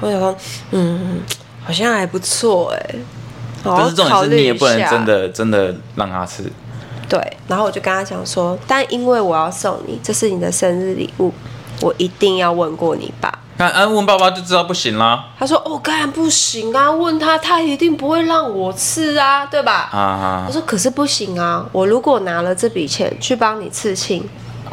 我想说，嗯，好像还不错哎、好但好是重考点是虑你也一不能下真的真的让他吃，对，然后我就跟他讲说，但因为我要送你，这是你的生日礼物，我一定要问过你爸。看安问爸爸就知道不行啦。他说：“哦，当然不行啊，问他，他一定不会让我吃啊，对吧？”啊啊我说：“可是不行啊！我如果拿了这笔钱去帮你刺青，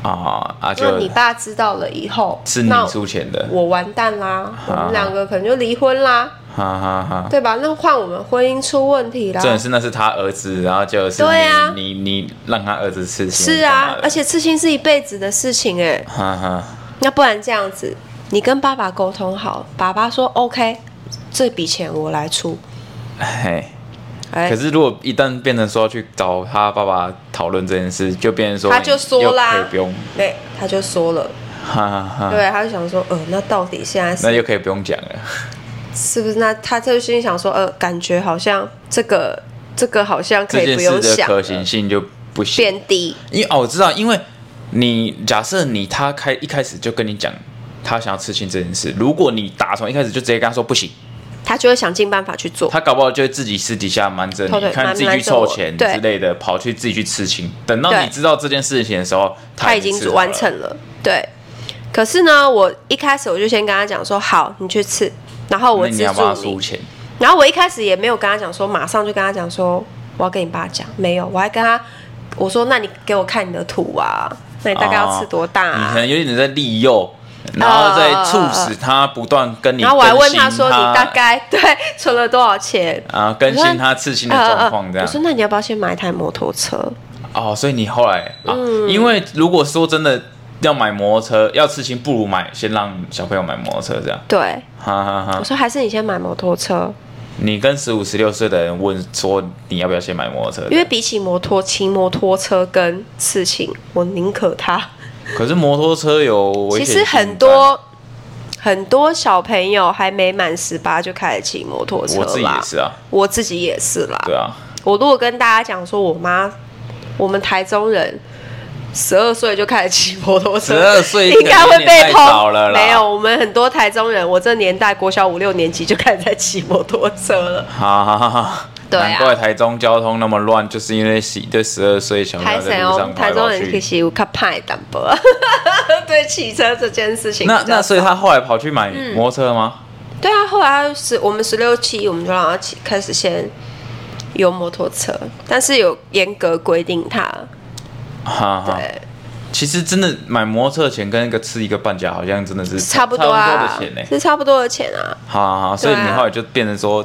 啊啊！那就你爸知道了以后，是你那出钱的，我完蛋啦！我啊们两个可能就离婚啦，哈哈哈。对吧？那换我们婚姻出问题啦重。点是那是他儿子，然后就是对啊你你你让他儿子吃，是啊，而且刺青是一辈子的事情哎、哈哈，那不然这样子，你跟爸爸沟通好，爸爸说 OK，这笔钱我来出。嘿。哎可，是如果一旦变成说要去找他爸爸讨论这件事，就变成说他就说又啦可以不用，，对，他就说了，哈哈，哈，对，他就想说，呃，那到底现在是那又可以不用讲了。是不是？那他就心里想说，呃，感觉好像这个这个好像可这以件不事用的想可了，行性就不行。变低。因为哦，我知道，因为你假设你他开一开始就跟你讲他想要刺青这件事，如果你打从一开始就直接跟他说不行，他就会想尽办法去做。他搞不好就会自己私底下瞒着偷偷你，看瞒自己去瞒着凑我钱对之类的，跑去自己去刺青。等到你对知道这件事情的时候，他已已经经完成了，对。可是呢，我一开始我就先跟他讲说，好，你去吃，然后我我那资你要帮他助出你。钱，然后我一开始也没有跟他讲说，马上就跟他讲说，我要跟你爸讲，没有，我还跟他我说，那你给我看你的图啊，那你大概要吃多大、哦你啊可？能有点在利诱，然后再促使他不断跟你然更后新。我还问他说，你大概 对存了多少钱？啊更新他刺嗯青的状况这啊我样。说那你要不要先买一台摩托车？哦，所以你后来啊，嗯因为如果说真的要买摩托车，要刺青，不如买先让小朋友买摩托车这样。对，哈哈哈我！说还是你先买摩托车，你跟十五、十六岁的人问说你要不要先买摩托车因，为比起摩托骑摩托车跟刺青，我宁可它。可是摩托车有危险其实性很在，多很多小朋友还没满十八就开始骑摩托车我自己啦也是啊，我自己也是啦。对啊，我如果跟大家讲说，我妈，我们台中人十二岁就开始骑摩托车， 12岁应该会被可能有点太早抨了啦没有，我们很多台中人，我这年代国小五六年级就开始在骑摩托车了。哈哈哈哈。对啊难怪台中交通那么乱，就是因为一对十二岁小朋台友在神路哦上，跑台来中跑人其去。实有较派淡薄，啊 对骑车这件事情比较那少。嗯那所以他后来跑去买摩托车吗？对啊，后来他十我们十六期，我们就让他骑，开始先有摩托车，但是有严格规定他。哈哈。对，其实真的买摩托车的钱跟一个吃一个半价好像真的是差不多差啊不多的钱呢、，是差不多的钱啊。好好，所以对啊你后来就变成说，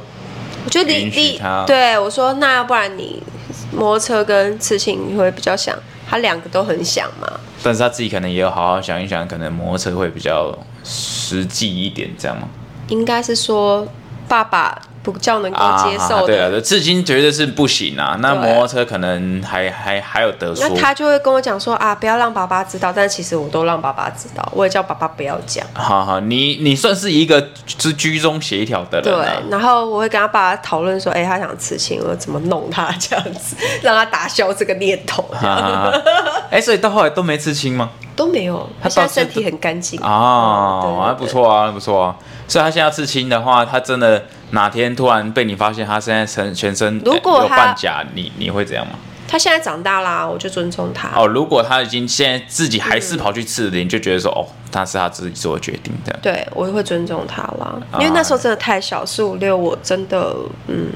我就离允许离他对我说，那要不然你摩托车跟刺青你会比较想，他两个都很想嘛。但是他自己可能也有好好想一想，可能摩托车会比较实际一点，这样吗？应该是说爸爸比较能够接受对的，啊，对至今绝对是不行啊。那对摩托车可能还还还有得说那，他就会跟我讲说啊，不要让爸爸知道，但其实我都让爸爸知道，我也叫爸爸不要讲。好好，你你算是一个是居中协调的对人、啊，，然后我会跟他爸讨论说，哎、他想刺青，我怎么弄他这样子，让他打消这个念头，哈哈哈。啊哎、所以到后来都没刺青 吗？都没有。他他现到在处身体都很干净嗯对哦，对还对不错啊，还不错啊。所以他现在要刺青的话，他真的哪天突然被你发现他现在全全身如果呃有他半甲，你你会怎样吗？他现在长大啦，我就尊重他。哦，如果他已经现在自己还嗯是跑去刺的，你就觉得说哦，他是他自己做的决定这样。对，我会尊重他啦，啊因为那时候真的太小，四五六我真的嗯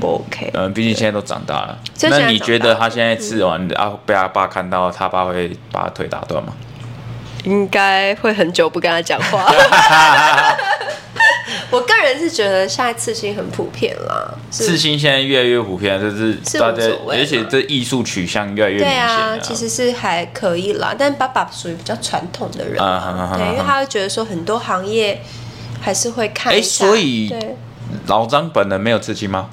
不 OK，嗯，毕竟现在都长大了。就现那在你长觉得大他现在刺完啊，被他爸看到，他爸会把他腿打断嗯吗？ 应该会很久不跟他讲话。 我个人是觉得现在刺青很普遍啦，是刺青现在越来越普遍，就是是大无家所，谓而且嘛这艺术取向越来越明对显啊了。，其实是还可以啦，但爸爸属于比较传统的人啊哈哈嘛，哈对，因为哈他会觉得说很多行业还是会看哎一下，所以对，老张本人没有刺青吗？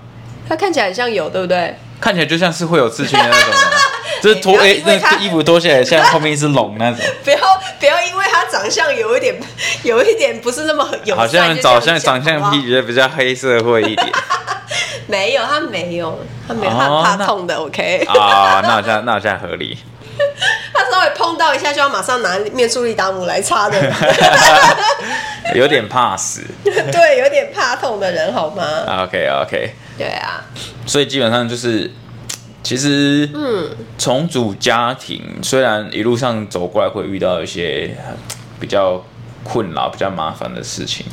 他看起来很像有，对不对？看起来就像是会有刺青的那种 人啊，就是脱哎哎不要因那为他个衣服脱下来，像后面一只龙那 种，不要不要，因为他长相有一点有一点不是那么友善，好像就这长样相讲长相好不好比较比较黑社会一点没有，他没有，他没有，哦他很怕那痛的，OK。啊，那好像那好像合理。 他稍微碰到一下就要马上拿面速力达姆来擦的人， 有点怕死。啊对，有点怕痛的人好吗？ OK OK，对啊，所以基本上就是，其实嗯，重组家庭虽然一路上走过来会遇到一些呃比较困扰、比较麻烦的事情，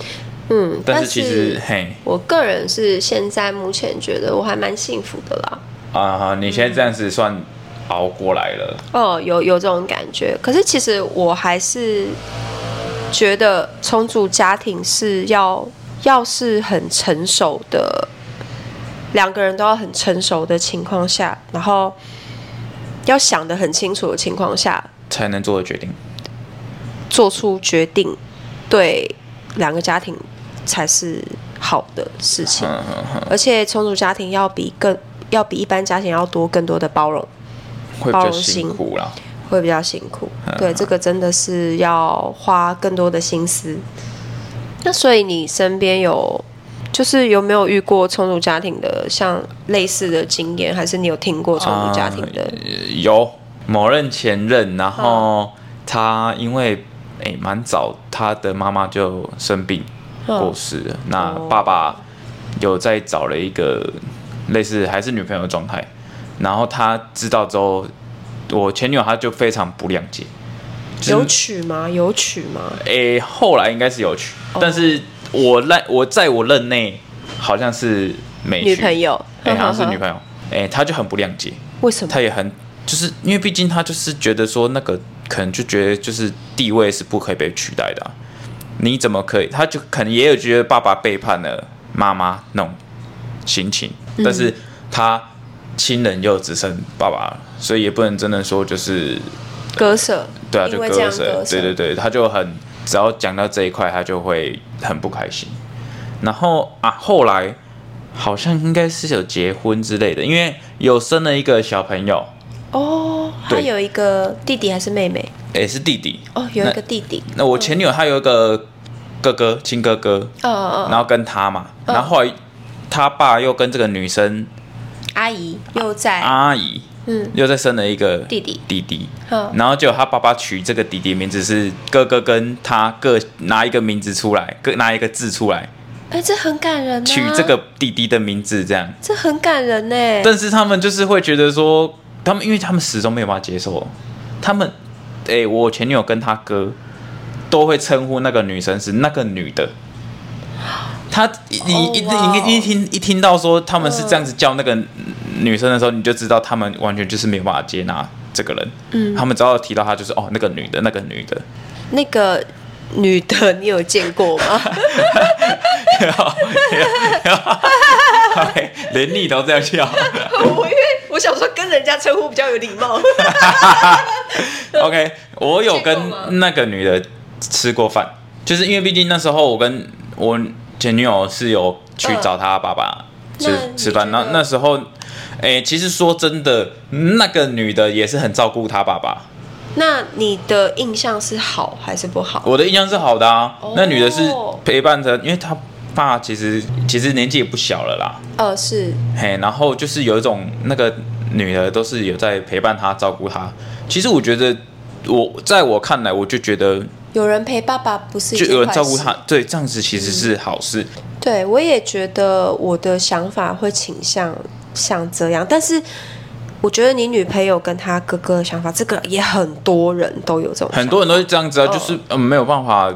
嗯，但是其实嘿我个人是现在目前觉得我还蛮幸福的啦。啊、你现在这样子算熬过来了。哦，有有这种感觉，可是其实我还是觉得重组家庭是要要是很成熟的，两个人都要很成熟的情况下，然后要想得很清楚的情况下，才能做的决定。做出决定，对两个家庭才是好的事情。嗯哼哼，而且重组家庭要比更要比一般家庭要多更多的包容，会比包较容辛心苦啦。会比较辛苦。嗯对，这个真的是要花更多的心思。那所以你身边有就是有没有遇过重组家庭的像类似的经验，还是你有听过重组家庭的？呃有某任前任，然后他因为诶蛮、早，他的妈妈就生病嗯过世了。那哦爸爸有在找了一个类似还是女朋友的状态，然后他知道之后，我前女友她就非常不谅解。就是有娶吗？有娶吗？诶、后来应该是有去，哦但是我任我在我任内好像是没去女朋友诶、好像 是女友，朋友，诶、他就很不谅解， 为什么？他也很就是因为毕竟他就是觉得说那个可能就觉得就是地位是不可以被取代的啊、你怎么可以？他就可能也有觉得爸爸背叛了妈妈那种心情，嗯但是他亲人又只剩爸爸了，所以也不能真的说就是割舍，对啊，因就为这样割舍，对对对，他就很只要讲到这一块，他就会很不开心。然后啊，后来好像应该是有结婚之类的，因为有生了一个小朋友，哦，他对有一个弟弟还是妹妹？也是弟弟。哦，有一那个弟弟，那我前女友她有一个哥哥，亲哥哥，呃呃，然后跟他嘛，哦然后后来他爸又跟这个女生阿姨又在，阿姨，嗯，又再生了一个弟弟弟弟嗯，然后就他爸爸取这个弟弟的名字是哥哥跟他各拿一个名字出来，各拿一个字出来哎，这很感人啊，取这个弟弟的名字这样，这很感人呢。但是他们就是会觉得说，他们因为他们始终没有办法接受，他们，诶，我前女友跟他哥都会称呼那个女生是那个女的。他你哦你一哇哦你一听一听到说他们是这样子叫那个女生的时候，你就知道他们完全就是没有办法接纳这个人。嗯，他们只要提到他就是哦那个女的那个女 的，那个女的，你有见过吗？哎连你都这样叫。 我因为我想说跟人家称呼比较有礼貌。 OK，我有见过吗跟那个女的吃过饭，就是因为毕竟那时候我跟我前女友是有去找她爸爸嗯吃、那你吃饭，觉那得那时候，哎、其实说真的，那个女的也是很照顾她爸爸。 那你的印象是好还是不好？我的印象是好的啊，哦那女的是陪伴着，因为她爸其实其实年纪也不小了啦，呃，是嘿，然后就是有一种那个女的都是有在陪伴她、照顾她。其实我觉得，我在我看来，我就觉得有人陪爸爸不是一嗯就件有人坏照顾事他，对，这样子其实是好事。对，我也觉得我的想法会倾向像这样，但是我觉得你女朋友跟她哥哥的想法，这个也很多人都有这种想法，很多人都是这样子啊，嗯就是嗯没有办法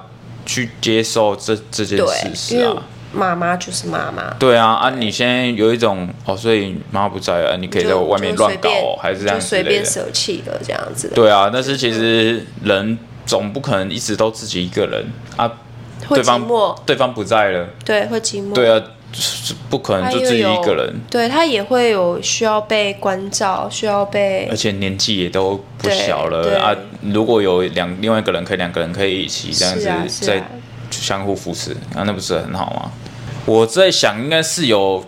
去接受这这件事对，实因为啊。妈妈就是妈妈。对啊，啊，你现在有一种哦，所以妈妈不在了，啊你可以在我外面乱搞、哦，还是这样就之随类便的。舍弃了这样子。对啊，但是其实人总不可能一直都自己一个人啊，会对寂寞嗯方，对方不在了，对，会寂寞。对啊，是不可能他就又自己有一个人，对他也会有需要被关照，需要被而且年纪也都不小对对了啊。如果有两另外一个人，可以两个人可以一起这样是子啊是啊在相互扶持，啊，那不是很好吗？我在想，应该是有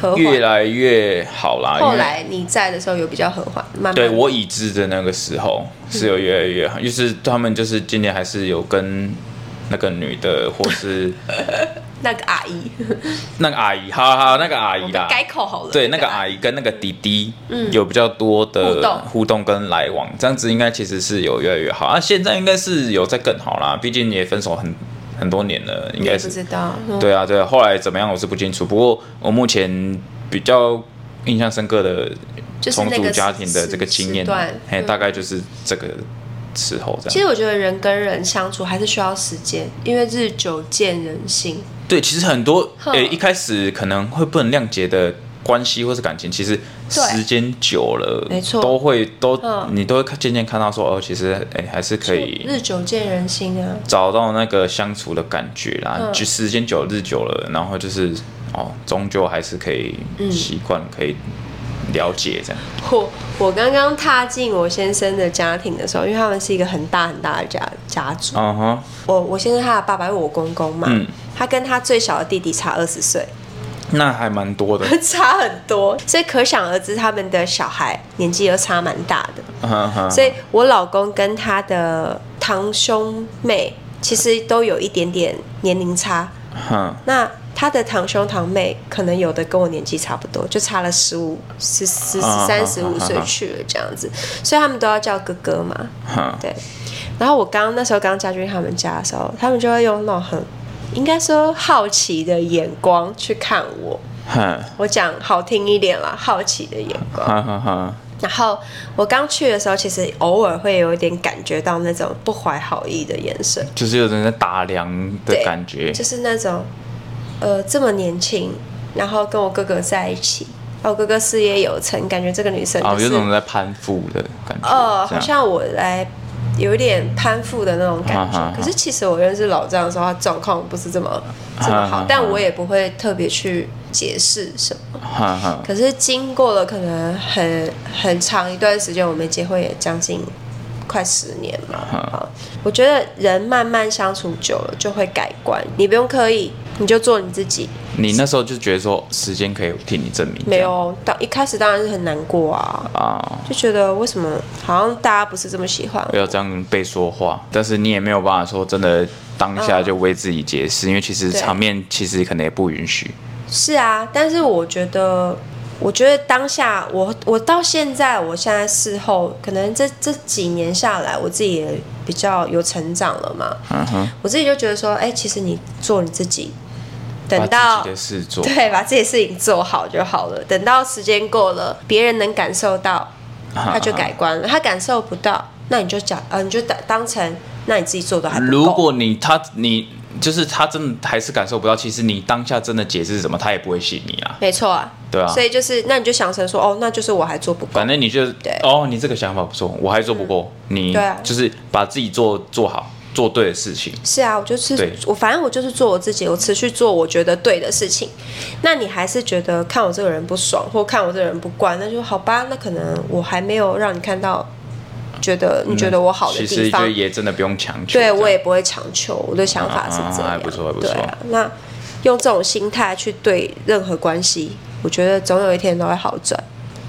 和缓。越来越好啦。因后为来你在的时候有比较和缓，慢慢对我已知的那个时候是有越来越好，就是他们就是今年还是有跟那个女的或是那个阿姨，那个阿姨，好好那个阿姨我啦们，改口好了。对，那个阿姨，姨跟那个弟弟，有比较多嗯互动的互动跟来往，这样子应该其实是有越来越好啊。现在应该是有在更好啦，毕竟也分手很很多年了，应我该也不知是道，嗯对啊，对啊。后来怎么样我是不清楚，不过我目前比较印象深刻的就是重那组个家时庭的这个时经验时段，嘿，嗯大概就是这个时候这其样。实我觉得人跟人相处还是需要时间，因为日久见人心。对，其实很多哼诶、一开始可能会不能谅解的关系或是感情，其实对时间久了，没错都会都嗯你都会看渐渐看到说哦，其实诶、还是可以日久见人心啊， 找到那个相处的感觉啦。嗯就时间久了日久了，然后就是哦，终究还是可以嗯习惯、可以了解这样。我我刚刚踏进我先生的家庭的时候，因为他们是一个很大很大的家家族。嗯哼，我我先生他的爸爸，因为我公公嘛，嗯他跟他最小的弟弟差二十岁，那还蛮 多的。差很多，所以可想而知他们的小孩年纪都差蛮大的。嗯哼，所以我老公跟他的堂兄妹其实都有一点点年龄差。哼，那他的堂兄堂妹可能有的跟我年纪差不多，就差了十五、十十十三、十五岁去了这样子，所以他们都要叫哥哥嘛。哼，对。然后我刚那时候刚嫁进他们家的时候，他们就会用那种很应该说好奇的眼光去看我。哼，我讲好听一点啦，好奇的眼光。哈哈哈，然后我刚去的时候，其实偶尔会有一点感觉到那种不怀好意的眼神，就是有人在打量的对感觉。就是那种，呃，这么年轻，然后跟我哥哥在一起，哦，我哥哥事业有成，感觉这个女生啊，就有是，种在攀附的感觉。呃，这好样像我来有一点攀附的那种感觉。啊哈哈可是其实我认识老张的时候，他状况不是这么这么好，啊哈哈但我也不会特别去解释什么。哈哈，可是经过了可能很很长一段时间，我们结婚也将近快十年嘛，啊，我觉得人慢慢相处久了就会改观，你不用刻意，你就做你自己。你那时候就觉得说时间可以替你证明。没有，当一开始当然是很难过啊，啊，就觉得为什么好像大家不是这么喜欢不要这样被说话，但是你也没有办法说真的当下就为自己解释，因为其实嗯对场面其实可能也不允许。是啊，但是我觉得，我觉得当下我我到现在，我现在事后，可能这这几年下来，我自己也比较有成长了嘛。嗯哼，我自己就觉得说，哎、其实你做你自己，等把到自己的事做。对把自己的事情做好就好了。等到时间过了，别人能感受啊到，他就改观了；他感受不到，那你就讲，呃，你就当当成那你自己做的还不够。如果你他你就是他真的还是感受不到，其实你当下真的解释什么，他也不会信你啦。没错啊，对啊所以就是那你就想成说，哦，那就是我还做不够反。正你就对哦，你这个想法不错，我还做不够，你对啊就是把自己做做好，做对的事情。是啊，我就是对我，反正我就是做我自己，我持续做我觉得对的事情。那你还是觉得看我这个人不爽，或看我这个人不惯，那就好吧。那可能我还没有让你看到，觉得你觉得我好的其实就地方，也真的不用强求。这对样我也不会强求。我的想法是这样，啊还不错还不错对啊，那用这种心态去对任何关系，我觉得总有一天都会好转。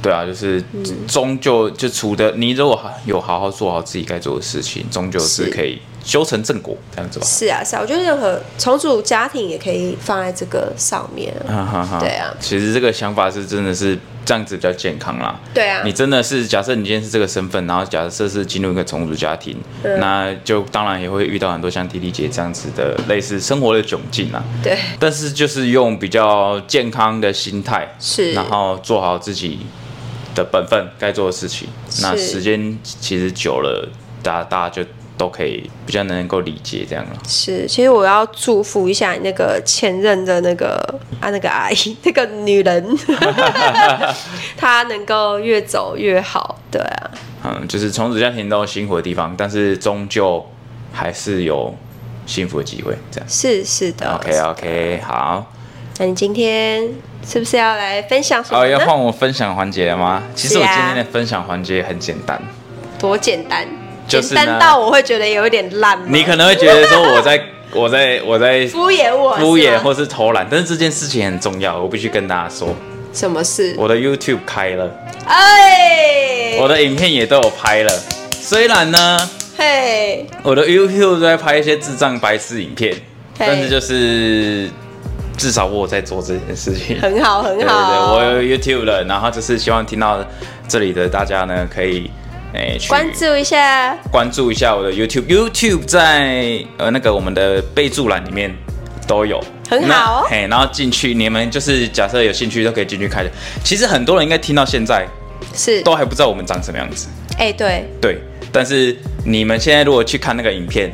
对啊，就是嗯终究就除的你如果有好好做好自己该做的事情，终究是是可以修成正果这样子吧。是啊，是啊，我觉得任何重组家庭也可以放在这个上面。哈哈哈 对啊其实这个想法是真的是这样子比较健康啦。对啊你真的是假设你今天是这个身份，然后假设是进入一个重组家庭，嗯那就当然也会遇到很多像迪迪姐这样子的类似生活的窘境啦。对，但是就是用比较健康的心态，是然后做好自己的本分该做的事情。那时间其实久了，大家大家就都可以比较能够理解这样了。是，其实我要祝福一下你那个前任的那个啊那个阿姨， 那个 女人，她能够越走越好。对啊，嗯，就是重组家庭都有辛苦的地方，但是终究还是有幸福的机会。这样是啊是的。 ，OK 啊 OK，好，那你今天是不是要来分享什么哦，呢？要换我分享环节了吗？其实是我啊今天的分享环节很简单，多简单，就是呢简单到我会觉得有一点烂吗。你可能会觉得说我在 我在我在敷衍我是吗，敷衍或是偷懒，但是这件事情很重要，我必须跟大家说，什么事？我的 YouTube 开了，哎，我的影片也都有拍了，虽然呢。嘿，我的 YouTube 都在拍一些智障白痴影片，但是就是至少我有在做这件事情。很好很对好，对对，我有 YouTube 了，然后就是希望听到这里的大家呢，可以诶、去关注一下，关注一下我的 YouTube。YouTube 在呃那个我们的备注栏里面都有，很好哦那嘿，然后进去你们就是假设有兴趣都可以进去看。其实很多人应该听到现在是，都还不知道我们长什么样子。哎，对，对，但是你们现在如果去看那个影片，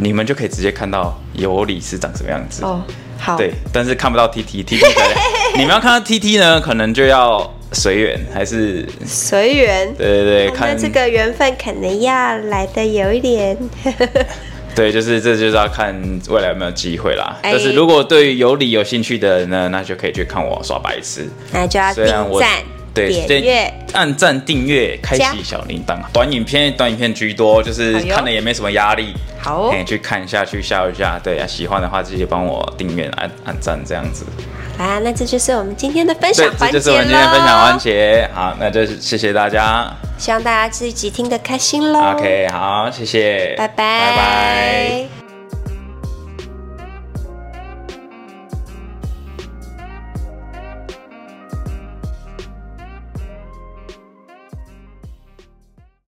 你们就可以直接看到尤里是长什么样子。哦，好，对，但是看不到 T T T T 可 能你们要看到 T T 呢，可能就要随缘，还是随缘。对对对，哦那看这个缘分可能要来的有一点， 对，就是这就是要看未来有没有机会啦。哎但是如果对于尤里有兴趣的人呢，那就可以去看我耍白痴。那就要虽然点我赞、对点阅。，按赞、订阅、开加启小铃铛，短影片短影片居多，就是好哟看了也没什么压力。好哦哎去看一下，去笑一下。对啊，喜欢的话记得帮我订阅、按按赞这样子。啊，那这就是我们今天的分享对，环这节就是我们今天分享环喽节。好，那就谢谢大家。希望大家这一集听得开心喽。 OK，好，谢谢，拜拜。拜拜。